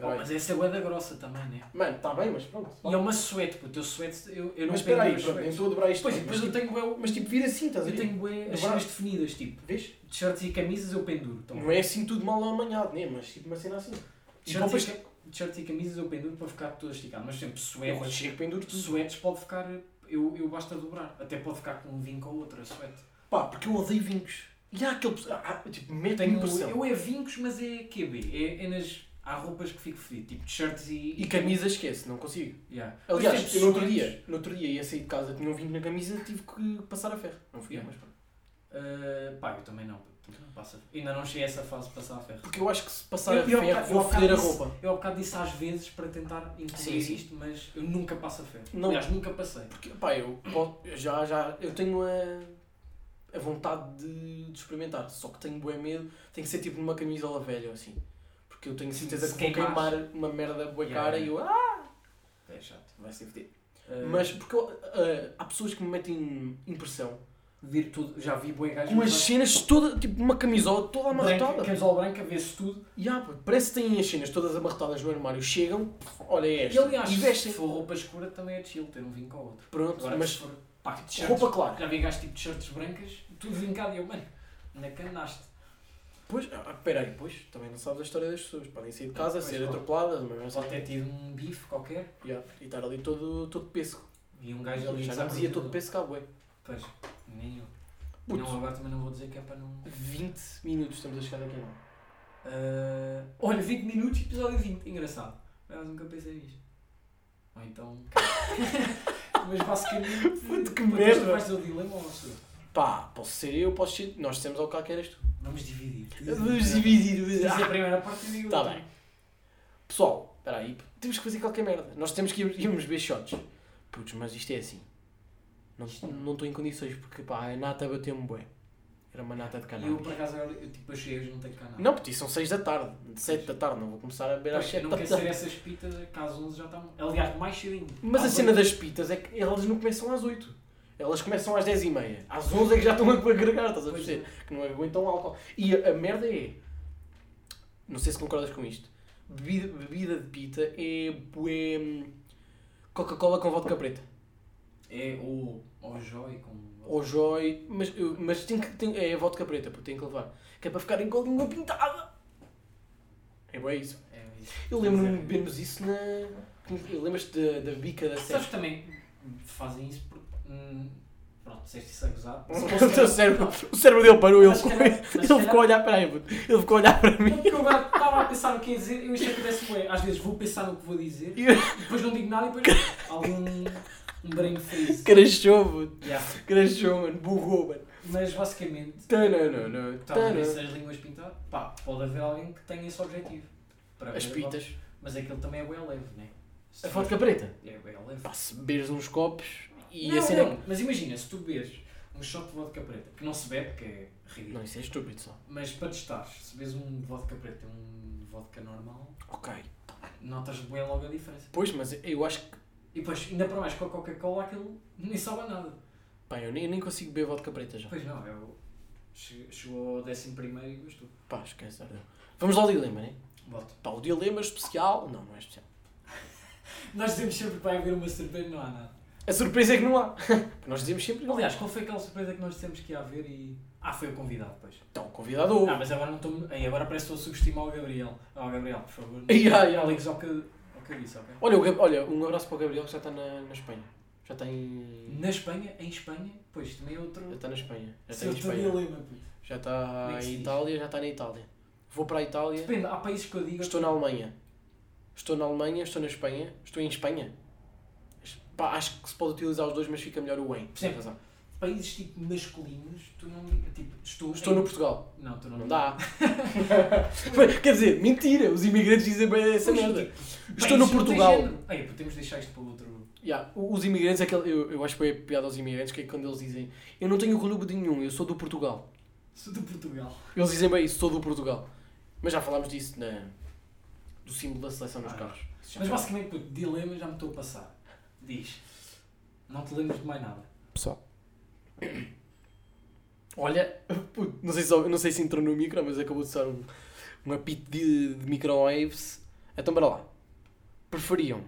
Speaker 2: Oh,
Speaker 1: Peraí.
Speaker 2: mas essa é bué da grossa também, né?
Speaker 1: Mano, está bem, mas pronto.
Speaker 2: E é uma suéte, puto. Eu suéte... Eu, eu não
Speaker 1: mas
Speaker 2: pego
Speaker 1: espera aí,
Speaker 2: meus
Speaker 1: pronto, é um eu
Speaker 2: suétes.
Speaker 1: estou a dobrar isto.
Speaker 2: Pois,
Speaker 1: tudo,
Speaker 2: depois
Speaker 1: mas,
Speaker 2: eu tenho bué...
Speaker 1: tipo, mas tipo, vira assim, estás a
Speaker 2: Eu
Speaker 1: ver?
Speaker 2: tenho bué as
Speaker 1: Dobrar.
Speaker 2: cenas definidas, tipo...
Speaker 1: Vês?
Speaker 2: T-shirts e camisas eu penduro. Então,
Speaker 1: Não é assim tudo mal amanhado, né? Mas tipo, uma cena assim. E poupas
Speaker 2: T-shirts e, t-shirts e camisas eu penduro para ficar todo esticado, mas sempre
Speaker 1: Eu
Speaker 2: suéteres.
Speaker 1: chego penduro tudo.
Speaker 2: Suéteres pode ficar. Eu, eu basta dobrar. Até pode ficar com um vinco ou outro, a suéte.
Speaker 1: Pá, porque eu odeio vinhos. E há aquele. pessoal- Ah, ah, tipo, mete a
Speaker 2: Tenho,
Speaker 1: impressão.
Speaker 2: eu é vincos, mas é QB. É, é nas. Há roupas que fico fedido, tipo t-shirts e.
Speaker 1: E camisa esquece, não consigo.
Speaker 2: Yeah. Mas
Speaker 1: Aliás,
Speaker 2: sempre
Speaker 1: eu no outro
Speaker 2: suéteres.
Speaker 1: dia, no outro dia ia sair de casa, tinha um vinho na camisa, tive que passar a ferro. Não fui eu,
Speaker 2: Yeah.
Speaker 1: mas pronto.
Speaker 2: Ah, pá, eu também não. porque não passa- Ainda não cheguei a essa fase de passar a ferro.
Speaker 1: Porque eu acho que se passar
Speaker 2: Eu-
Speaker 1: a
Speaker 2: eu-
Speaker 1: ferro,
Speaker 2: eu-
Speaker 1: vou
Speaker 2: eu-
Speaker 1: foder a
Speaker 2: isso-
Speaker 1: roupa.
Speaker 2: Eu há bocado disse às vezes para tentar
Speaker 1: Sim,
Speaker 2: incluir
Speaker 1: sim.
Speaker 2: isto, mas eu nunca passo a ferro.
Speaker 1: Não.
Speaker 2: Aliás, nunca passei.
Speaker 1: Porque, pá, eu po- eu já, já, eu tenho a, a vontade de, de experimentar, só que tenho bué medo, tem que ser tipo numa camisola velha ou assim. Porque eu tenho
Speaker 2: Sim,
Speaker 1: certeza
Speaker 2: se
Speaker 1: que vou
Speaker 2: queimares.
Speaker 1: queimar uma merda bué
Speaker 2: Yeah,
Speaker 1: cara e eu, ah,
Speaker 2: É chato.
Speaker 1: vai ser fedido.
Speaker 2: Ah,
Speaker 1: Mas porque eu- ah, há pessoas que me metem impressão.
Speaker 2: vir tudo, já vi boi gajo
Speaker 1: Com as cenas todas, tipo uma camisola toda
Speaker 2: branca, é-
Speaker 1: amarrotada.
Speaker 2: camisola branca, vê-se tudo.
Speaker 1: E há, pô, parece que têm as cenas todas amarrotadas no armário, chegam, olha é
Speaker 2: E
Speaker 1: esta.
Speaker 2: aliás,
Speaker 1: e
Speaker 2: se
Speaker 1: vestem.
Speaker 2: for roupa escura também é chill, ter um vinho com o outro.
Speaker 1: Pronto,
Speaker 2: Agora, se
Speaker 1: mas
Speaker 2: for pá, t-shirts,
Speaker 1: roupa clara.
Speaker 2: já vi gajo tipo t-shirts brancas, tudo vincado e eu, mano, onde é que andaste?
Speaker 1: Pois, ah, peraí, pois, também não sabes a história das pessoas. Podem sair de casa,
Speaker 2: Pois,
Speaker 1: ser
Speaker 2: claro.
Speaker 1: atropeladas, mas não
Speaker 2: Só
Speaker 1: sabem.
Speaker 2: ter tido um bife qualquer
Speaker 1: Yeah, E estar ali todo, todo pesco.
Speaker 2: e um gajo ali
Speaker 1: Já não
Speaker 2: desarmado.
Speaker 1: dizia todo pesco, ah, bué.
Speaker 2: Pois, nem eu.
Speaker 1: Puto.
Speaker 2: Não, agora também não vou dizer que é para não.
Speaker 1: 20 minutos estamos a chegar aqui, não.
Speaker 2: Ah, olha, 20 minutos, episódio 20, engraçado. Mas nunca pensei nisto. Ou então. Mas basicamente.
Speaker 1: Puto, que
Speaker 2: Mas
Speaker 1: merda.
Speaker 2: Tu vais ter o dilema ou a sua?
Speaker 1: Pá, posso ser eu, posso ser. Nós dissemos ao cá que eras tu.
Speaker 2: Vamos dividir.
Speaker 1: Vamos dividir.
Speaker 2: Diz
Speaker 1: Ah.
Speaker 2: a primeira parte e digo
Speaker 1: Está
Speaker 2: outra.
Speaker 1: bem. Pessoal, espera aí. Temos que fazer qualquer merda. Nós temos que ir, irmos ver shots. Putz, mas isto é assim. Não não estou em condições porque pá, a nata bateu-me bué. Era uma nata de
Speaker 2: E eu
Speaker 1: cannabis.
Speaker 2: por acaso eu, eu, tipo achei hoje não tenho canal.
Speaker 1: Não, porque são 6 da tarde. 7 da tarde. Não vou começar a beber às
Speaker 2: Pois,
Speaker 1: 7
Speaker 2: não
Speaker 1: da
Speaker 2: quer ser
Speaker 1: tarde.
Speaker 2: essas pitas, que às 11 já estão. Aliás, mais cedinho. Ah,
Speaker 1: Mas a
Speaker 2: Às
Speaker 1: cena
Speaker 2: oito.
Speaker 1: das pitas é que elas não começam às 8. Elas começam às 10 e meia. Às 11 é que já estão a agregar, estás a
Speaker 2: Pois é.
Speaker 1: perceber? Que não aguentam álcool. E a, a merda é... Não sei se concordas com isto. Bebida, bebida de pita é... bué, hum, Coca-Cola com vodka preta.
Speaker 2: É o. Ou Joy com.
Speaker 1: Ou Joy... Mas, eu- mas tem que, tem, é vodka preta, porque tem que levar. Que é para ficarem com a língua pintada. É bué isso.
Speaker 2: É isso.
Speaker 1: Eu lembro-me de bebermos isso na... Lembras-te da, da bica da
Speaker 2: Sabes
Speaker 1: Sérgio?
Speaker 2: que também fazem isso porque. hum, Pronto, disseste isso a gozar.
Speaker 1: O teu cérebro, o cérebro dele parou, ele
Speaker 2: tipo-
Speaker 1: ficou,
Speaker 2: Mas se calhar- mas se
Speaker 1: ele ficou a
Speaker 2: calhar-
Speaker 1: olhar para aí, puto. ele ficou a olhar para mim.
Speaker 2: Não, porque eu agora estava a pensar no que ia dizer, eu achei que pudesse bué. Às vezes vou pensar no que vou dizer,
Speaker 1: E
Speaker 2: depois não digo nada e depois algum um brain freeze.
Speaker 1: crashou, puto.
Speaker 2: Yeah.
Speaker 1: crashou, mano, bugou, mano. Tá,
Speaker 2: Mas basicamente,
Speaker 1: Tananana,
Speaker 2: Tá,
Speaker 1: tanana.
Speaker 2: talvez as línguas pintar, pá, pode haver alguém que tenha esse objetivo. Para
Speaker 1: As
Speaker 2: ver-
Speaker 1: pitas.
Speaker 2: Mas aquilo também é bem leve, né? Se
Speaker 1: A vodka preta.
Speaker 2: É bem leve.
Speaker 1: Pá, se beberes uns copos e
Speaker 2: não,
Speaker 1: a cena é
Speaker 2: não, mas imagina, se tu beberes um shot de vodka preta, que não se bebe, que é
Speaker 1: que-
Speaker 2: ridículo,
Speaker 1: Não, isso é estúpido só.
Speaker 2: mas para testares, se bebes um de vodka preta e um de vodka normal,
Speaker 1: Ok.
Speaker 2: notas bem logo a diferença.
Speaker 1: Pois, mas eu acho que.
Speaker 2: E depois, ainda para mais com a Coca-Cola, aquilo nem sabe a nada.
Speaker 1: Pá, eu nem, eu nem consigo beber vodka preta já.
Speaker 2: Pois não, eu... che- Chegou ao décimo primeiro e gostou.
Speaker 1: Pá, esquece. ardeu. Vamos lá ao dilema, né?
Speaker 2: Voto.
Speaker 1: Pá, o dilema especial. Não, não é especial.
Speaker 2: Nós dizemos sempre para haver uma surpresa, não há nada.
Speaker 1: A surpresa é que não há. Nós dizemos sempre. não há.
Speaker 2: Aliás, qual foi aquela surpresa que nós dissemos que ia haver e... Ah, foi o convidado, pois.
Speaker 1: Então, convidado ou.
Speaker 2: Ah, mas agora não estou. Aí agora parece que estou a subestimar o Gabriel. Ah, o Gabriel, por favor.
Speaker 1: Ai, ai,
Speaker 2: Já
Speaker 1: ai.
Speaker 2: ligues ao que, ao que eu disse, ok?
Speaker 1: Olha, o Gab- olha, um abraço para o Gabriel que já está na, na Espanha. Já está em.
Speaker 2: Na Espanha, em Espanha, pois também é outro.
Speaker 1: Já está na Espanha. Já está
Speaker 2: Seu
Speaker 1: em Espanha.
Speaker 2: dilema, puto.
Speaker 1: Já
Speaker 2: Como é
Speaker 1: está
Speaker 2: que se
Speaker 1: em
Speaker 2: diz?
Speaker 1: Itália, já está na Itália. Vou para a Itália.
Speaker 2: Depende, há países que eu digo.
Speaker 1: Estou na Alemanha. Estou na Alemanha, estou na Espanha. Estou em Espanha. Pá, acho que se pode utilizar os dois, mas fica melhor o em.
Speaker 2: Por exemplo,
Speaker 1: razão.
Speaker 2: Países tipo masculinos, tu não. Tipo, estou.
Speaker 1: Estou
Speaker 2: em-
Speaker 1: no Portugal.
Speaker 2: Não, tu não.
Speaker 1: Não dá. Mas, Quer dizer, mentira. Os imigrantes dizem bem essa
Speaker 2: Pois,
Speaker 1: merda.
Speaker 2: tipo,
Speaker 1: Estou no
Speaker 2: países não têm
Speaker 1: Portugal.
Speaker 2: género. Ai, pô, temos de deixar isto para o outro.
Speaker 1: Yeah, o- Os imigrantes, é aquele, eu, eu acho que foi a piada aos imigrantes, que é quando eles dizem eu não tenho clube de nenhum, eu sou do Portugal.
Speaker 2: Sou do Portugal.
Speaker 1: Eles dizem bem isso, sou do Portugal. Mas já falámos disso na, do símbolo da seleção nos
Speaker 2: Ah,
Speaker 1: carros.
Speaker 2: Mas basicamente, puto, dilema já me estou a passar. Diz. Não te lembras de mais nada.
Speaker 1: Pessoal. Olha, puto, não sei, se, não sei se entrou no micro, mas acabou de soar um, um apito de, de microwaves. Então, bora lá. Preferiam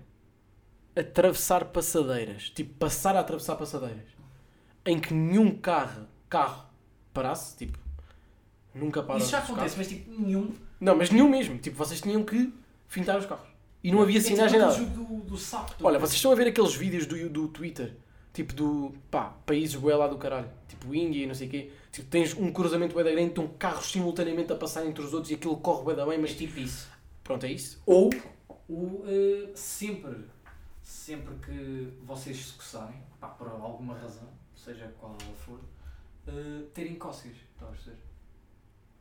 Speaker 1: atravessar passadeiras, tipo, passar a atravessar passadeiras, em que nenhum carro, carro parasse, tipo, nunca para
Speaker 2: Isso já
Speaker 1: os
Speaker 2: acontece,
Speaker 1: carros.
Speaker 2: mas tipo, nenhum.
Speaker 1: Não, mas nenhum mesmo. Tipo, vocês tinham que fintar os carros. E não havia sinais
Speaker 2: é
Speaker 1: nem
Speaker 2: tipo
Speaker 1: nada.
Speaker 2: aquele jogo do, do sapo.
Speaker 1: Olha, vocês estão a ver aqueles vídeos do, do Twitter, tipo do, pá, países bué lá do caralho, tipo Índia e não sei o quê. Tipo, tens um cruzamento bué da grande, estão carros simultaneamente a passar entre os outros e aquilo corre bué da bem,
Speaker 2: Mas
Speaker 1: mas tipo,
Speaker 2: tipo isso.
Speaker 1: pronto, é isso. Ou,
Speaker 2: O, eh, sempre, sempre que vocês se coçarem, pá, por alguma razão, seja qual ela for, eh, terem cócegas, estás a perceber?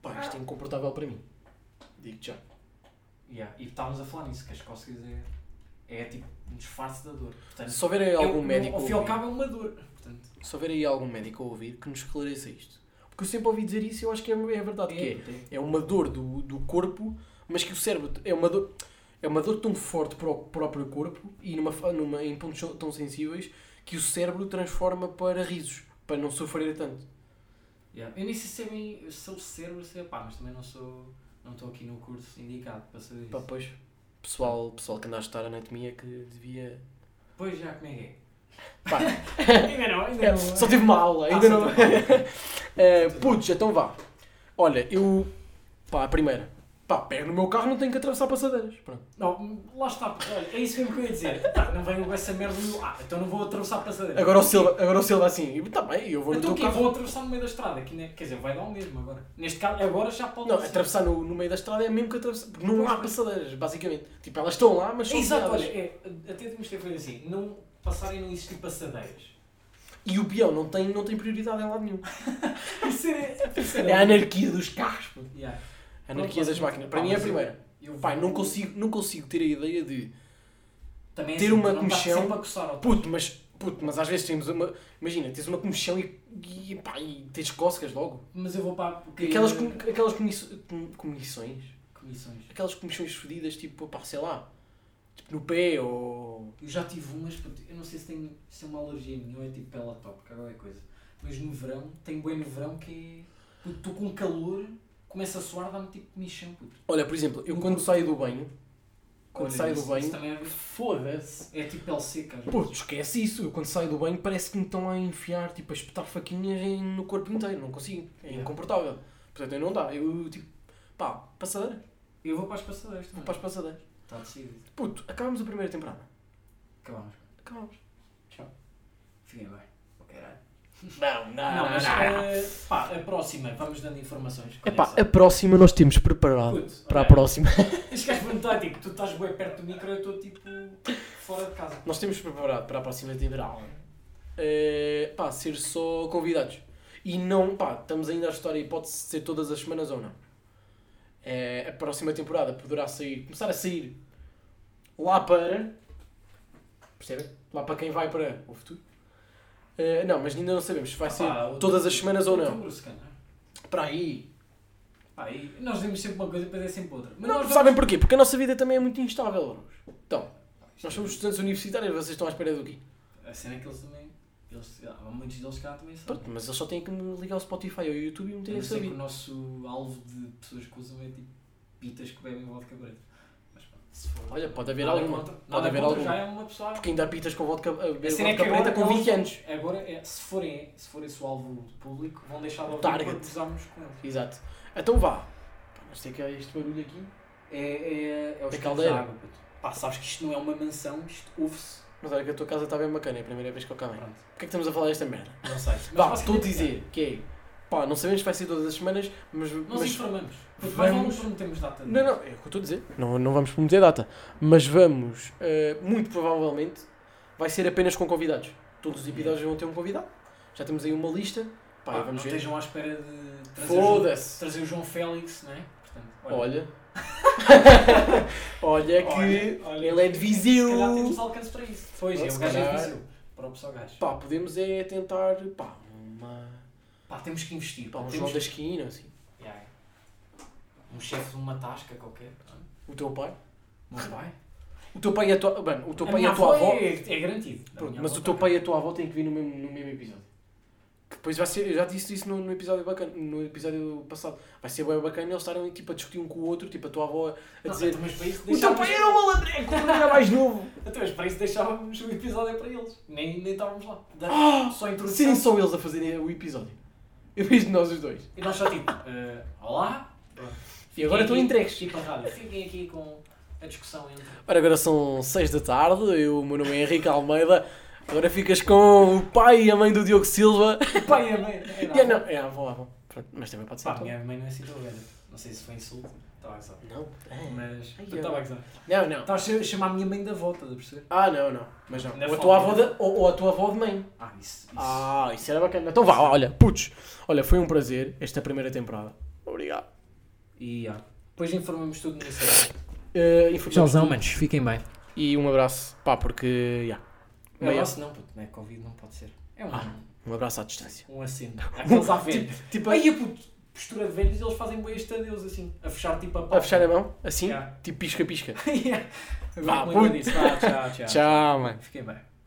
Speaker 1: pá, isto é incomportável para mim. Digo já.
Speaker 2: Yeah. E estávamos a falar nisso, que as cócegas é, é tipo um disfarce da dor. Portanto,
Speaker 1: Se houver aí
Speaker 2: eu-
Speaker 1: é algum
Speaker 2: no-
Speaker 1: médico, a
Speaker 2: Ao fim e ao
Speaker 1: ouvir-
Speaker 2: cabo é uma dor. Portanto,
Speaker 1: se houver aí algum médico a ouvir que nos esclareça isto. Porque eu sempre ouvi dizer isso e eu acho que é, é verdade. que é.
Speaker 2: tem.
Speaker 1: É uma dor do, do corpo, mas que o cérebro é uma dor, é uma dor tão forte para o próprio corpo e numa, fa- numa, em pontos so- tão sensíveis que o cérebro transforma para risos, para não sofrer tanto.
Speaker 2: Yeah. Eu nem sei se é bem, se é o cérebro, se é pá, mas também não sou, não estou aqui no curso indicado para saber isso.
Speaker 1: Pá, pois, pessoal, pessoal que anda a estudar anatomia que devia.
Speaker 2: Pois já, como é que é?
Speaker 1: Pá, É,
Speaker 2: ainda não, ainda não.
Speaker 1: só tive uma aula,
Speaker 2: É, Ah,
Speaker 1: ainda
Speaker 2: só
Speaker 1: não.
Speaker 2: tive uma aula.
Speaker 1: Eh, Putz, então vá. Olha, eu. Pá, a primeira. Pá, pego no meu carro não tenho que atravessar passadeiras. Pronto.
Speaker 2: Não, lá está, porque, olha, é isso mesmo que eu ia dizer. Tá, não venho com essa merda do. Ah, então não vou atravessar a passadeira.
Speaker 1: Agora o Silva, agora o Silva assim, tá bem, eu vou no
Speaker 2: Então
Speaker 1: teu
Speaker 2: o quê?
Speaker 1: carro.
Speaker 2: Vou atravessar no meio da estrada. Que, né? Quer dizer, vai dar o mesmo agora. Neste caso, agora já pode
Speaker 1: Não,
Speaker 2: ser.
Speaker 1: atravessar no, no meio da estrada é mesmo que atravessar. Porque não
Speaker 2: Pois,
Speaker 1: há
Speaker 2: pois.
Speaker 1: passadeiras, basicamente. Tipo, elas estão lá, mas são
Speaker 2: Exato,
Speaker 1: desviadas.
Speaker 2: olha, é, até temos que fazer assim: não passarem e não existir passadeiras.
Speaker 1: E o peão não tem, não tem prioridade em lado nenhum.
Speaker 2: Isso é- isso
Speaker 1: É a anarquia dos carros. pô.
Speaker 2: Yeah.
Speaker 1: A anarquia das máquinas. Para
Speaker 2: Ah,
Speaker 1: mim é a
Speaker 2: mas eu-
Speaker 1: primeira.
Speaker 2: Eu vou-
Speaker 1: Pai, não consigo, não consigo ter a ideia de.
Speaker 2: Também é
Speaker 1: ter
Speaker 2: assim,
Speaker 1: uma
Speaker 2: não tá
Speaker 1: comichão.
Speaker 2: sempre a coçar ao-
Speaker 1: Puto, mas, puto, mas às vezes temos uma. Imagina, tens uma comichão e, e, pá, e tens cócegas logo.
Speaker 2: Mas eu vou para. porque-
Speaker 1: Aquelas, com, aquelas comisso- com- comissões.
Speaker 2: Comissões.
Speaker 1: Aquelas comissões fodidas, tipo, pá, sei lá. Tipo, no pé ou.
Speaker 2: Eu já tive umas, puto, eu não sei se, tem, se é uma alergia minha ou é tipo pela tópica, qualquer coisa. Mas no verão, tem bem no verão que é. puto, Estou com calor, começa a suar, dá-me tipo comichão, puto.
Speaker 1: Olha, por exemplo, eu
Speaker 2: No
Speaker 1: quando
Speaker 2: cu.
Speaker 1: saio do banho. Quando
Speaker 2: Olha,
Speaker 1: saio do
Speaker 2: isso-
Speaker 1: banho.
Speaker 2: isso também é,
Speaker 1: Foda-se.
Speaker 2: é tipo pele seca. às
Speaker 1: Pô,
Speaker 2: vezes.
Speaker 1: esquece isso. Eu quando saio do banho parece que me estão a enfiar, tipo, a espetar faquinhas em- no corpo inteiro. Não consigo. É
Speaker 2: Yeah.
Speaker 1: incomportável. Portanto, eu não dá. Eu, tipo, pá, passadeira.
Speaker 2: Eu vou para as passadeiras também.
Speaker 1: Vou para as passadeiras.
Speaker 2: Está decidido.
Speaker 1: Puto, acabamos a primeira temporada.
Speaker 2: Acabamos.
Speaker 1: Acabamos.
Speaker 2: Fiquem bem. Caralho.
Speaker 1: Não, não,
Speaker 2: Não, mas
Speaker 1: Ah, não,
Speaker 2: eh, pá, a próxima, vamos dando informações.
Speaker 1: Epá,
Speaker 2: Conheça.
Speaker 1: a próxima nós temos preparado
Speaker 2: Puto, é.
Speaker 1: para a
Speaker 2: ok.
Speaker 1: próxima.
Speaker 2: Este gajo perguntou, tipo, tu estás bem perto do micro eu estou tipo fora de casa.
Speaker 1: Nós temos preparado para a próxima temporada é? eh, pá, ser só convidados. E não, pá, estamos ainda a estudar a hipótese de ser todas as semanas ou não. Eh, a próxima temporada poderá sair, começar a sair lá para. Percebem? Lá para quem vai para o futuro. Eh, não, mas ainda não sabemos se vai ser
Speaker 2: Ah, Pá, outubro-
Speaker 1: todas as semanas ou não.
Speaker 2: outubro, se calhar.
Speaker 1: Para aí.
Speaker 2: Pá, e nós dizemos sempre uma coisa e depois é sempre outra. Mas
Speaker 1: Não,
Speaker 2: nós
Speaker 1: sabem porquê? Porque a nossa vida também é muito instável. bros. Então,
Speaker 2: é.
Speaker 1: nós somos estudantes universitários, vocês estão à espera do quê?
Speaker 2: A cena é que eles também. Eles, ah, há muitos deles que cá também sabem.
Speaker 1: Pronto, mas eles só têm que me ligar ao Spotify ou ao YouTube e
Speaker 2: Eu
Speaker 1: meter
Speaker 2: não
Speaker 1: esse
Speaker 2: sei que o
Speaker 1: vídeo.
Speaker 2: nosso alvo de pessoas que usam é tipo pitas que bebem vodka branca. Mas pá, se for.
Speaker 1: Olha, pode haver
Speaker 2: nada
Speaker 1: alguma.
Speaker 2: contra-
Speaker 1: Pode
Speaker 2: nada
Speaker 1: haver
Speaker 2: contra,
Speaker 1: alguma.
Speaker 2: Já é uma pessoa.
Speaker 1: Porque ainda há pitas com vodka, a
Speaker 2: A
Speaker 1: beber
Speaker 2: cena é
Speaker 1: vodka
Speaker 2: que agora
Speaker 1: preta com 20
Speaker 2: eles-
Speaker 1: anos.
Speaker 2: Agora, é, se forem, se forem esse o alvo de público, vão deixar de ouvir
Speaker 1: Target.
Speaker 2: porque usamos com eles.
Speaker 1: Exato. Então vá. Pá, Mas sei que há este barulho aqui.
Speaker 2: É, é, é os
Speaker 1: Da
Speaker 2: copos
Speaker 1: caldeira.
Speaker 2: de água, puto. Pá, sabes que isto não é uma mansão, isto ouve-se.
Speaker 1: Mas olha que a tua casa está bem bacana, é a primeira vez que eu cá venho.
Speaker 2: Pronto,
Speaker 1: Porquê é que estamos a falar desta merda?
Speaker 2: não sei. Mas
Speaker 1: Vá,
Speaker 2: basicamente,
Speaker 1: estou a dizer que é. Pá, não sabemos se vai ser todas as semanas, mas.
Speaker 2: é, Nós
Speaker 1: mas-
Speaker 2: informamos. Porque nós não
Speaker 1: Vamos-
Speaker 2: nos prometemos data. de-
Speaker 1: Não, não, é o que eu estou a dizer. Não, não vamos prometer data. Mas vamos, eh, muito provavelmente, vai ser apenas com convidados. Todos os
Speaker 2: Uhum.
Speaker 1: episódios vão ter um convidado. Já temos aí uma lista. Pá,
Speaker 2: Pá,
Speaker 1: e vamos
Speaker 2: Ah, não
Speaker 1: ver.
Speaker 2: estejam à espera de trazer, o João,
Speaker 1: Foda-se!
Speaker 2: trazer o João Félix, não é? Portanto,
Speaker 1: Olha. olha que
Speaker 2: Olha, olha.
Speaker 1: ele é de
Speaker 2: Se calhar temos
Speaker 1: Viseu. um
Speaker 2: alcance para isso. Pois,
Speaker 1: Pronto,
Speaker 2: é, o
Speaker 1: se
Speaker 2: gajo é
Speaker 1: calhar.
Speaker 2: visível. Próprio só gajo.
Speaker 1: Pá, podemos é tentar, pá, uma...
Speaker 2: Pá, temos que investir.
Speaker 1: Pá, um
Speaker 2: temos...
Speaker 1: João da esquina, assim.
Speaker 2: Yeah. Um chefe de uma tasca qualquer.
Speaker 1: O teu pai?
Speaker 2: Meu pai.
Speaker 1: O teu pai e a tua... Bem, o teu pai e
Speaker 2: minha
Speaker 1: a tua avó...
Speaker 2: É, é garantido. A
Speaker 1: Pronto,
Speaker 2: minha
Speaker 1: mas
Speaker 2: avó
Speaker 1: o teu
Speaker 2: tá
Speaker 1: pai é- e a tua avó têm que vir no mesmo, no mesmo episódio. Que depois vai ser, eu já disse isso no, no episódio bacana, no episódio passado. Vai ser bem bacana eles estarem tipo, a discutir um com o outro, tipo a tua avó a
Speaker 2: Não,
Speaker 1: dizer
Speaker 2: então, mas para isso
Speaker 1: O teu
Speaker 2: deixávamos-
Speaker 1: pai era um malandreco quando era mais novo.
Speaker 2: Então, mas para isso deixávamos o episódio para eles. Nem, nem estávamos lá. Da-
Speaker 1: Ah,
Speaker 2: só a introdução.
Speaker 1: Serem só eles a fazerem o episódio. Eu vejo de nós os dois.
Speaker 2: E nós só tipo, eh, olá.
Speaker 1: E agora tipo, estou
Speaker 2: Fiquem
Speaker 1: entregues.
Speaker 2: aqui- Fiquem, rádio. Fiquem aqui com a discussão entre.
Speaker 1: Ora, agora são 6 da tarde, eu, o meu nome é Henrique Almeida. Agora ficas com o pai e a mãe do Diogo Silva.
Speaker 2: O pai e a mãe. Era
Speaker 1: E a- não, é a avó, a avó. Pronto, mas também pode ser. a
Speaker 2: Pá,
Speaker 1: tua.
Speaker 2: minha mãe não é assim tão velha. Não sei se foi insulto. Estava a gozar.
Speaker 1: Não, é.
Speaker 2: Mas.
Speaker 1: Ai,
Speaker 2: eu Estava a gozar.
Speaker 1: Não, não.
Speaker 2: Estava a chamar a minha mãe da avó, estás a perceber?
Speaker 1: Ah, não, não. Mas não.
Speaker 2: Ainda é
Speaker 1: Ou a,
Speaker 2: falta.
Speaker 1: tua avó de- ou, ou a tua avó de mãe.
Speaker 2: Ah, isso. isso.
Speaker 1: Ah, isso era bacana. Então vá, olha, putos. Olha, foi um prazer esta primeira temporada. Obrigado.
Speaker 2: E ah, depois informamos tudo nisso.
Speaker 1: Eh, informamos tudo.
Speaker 2: manos. Fiquem bem.
Speaker 1: E um abraço. Pá, porque. Yeah.
Speaker 2: Não,
Speaker 1: Meia-
Speaker 2: nosso não, puto. Não é Covid, não pode ser. É um,
Speaker 1: Ah. Um abraço à distância.
Speaker 2: um aceno. Aqueles à venda.
Speaker 1: Tipo, a,
Speaker 2: Aí a puto, postura de velhos, eles fazem bem este adeus assim. A fechar tipo a pá.
Speaker 1: a fechar a mão, assim,
Speaker 2: Yeah.
Speaker 1: tipo pisca-pisca.
Speaker 2: yeah.
Speaker 1: Vá,
Speaker 2: Vá, puto.
Speaker 1: puto.
Speaker 2: Disso. Vá, tchau, tchau.
Speaker 1: Tchau, mano.
Speaker 2: Fiquem bem.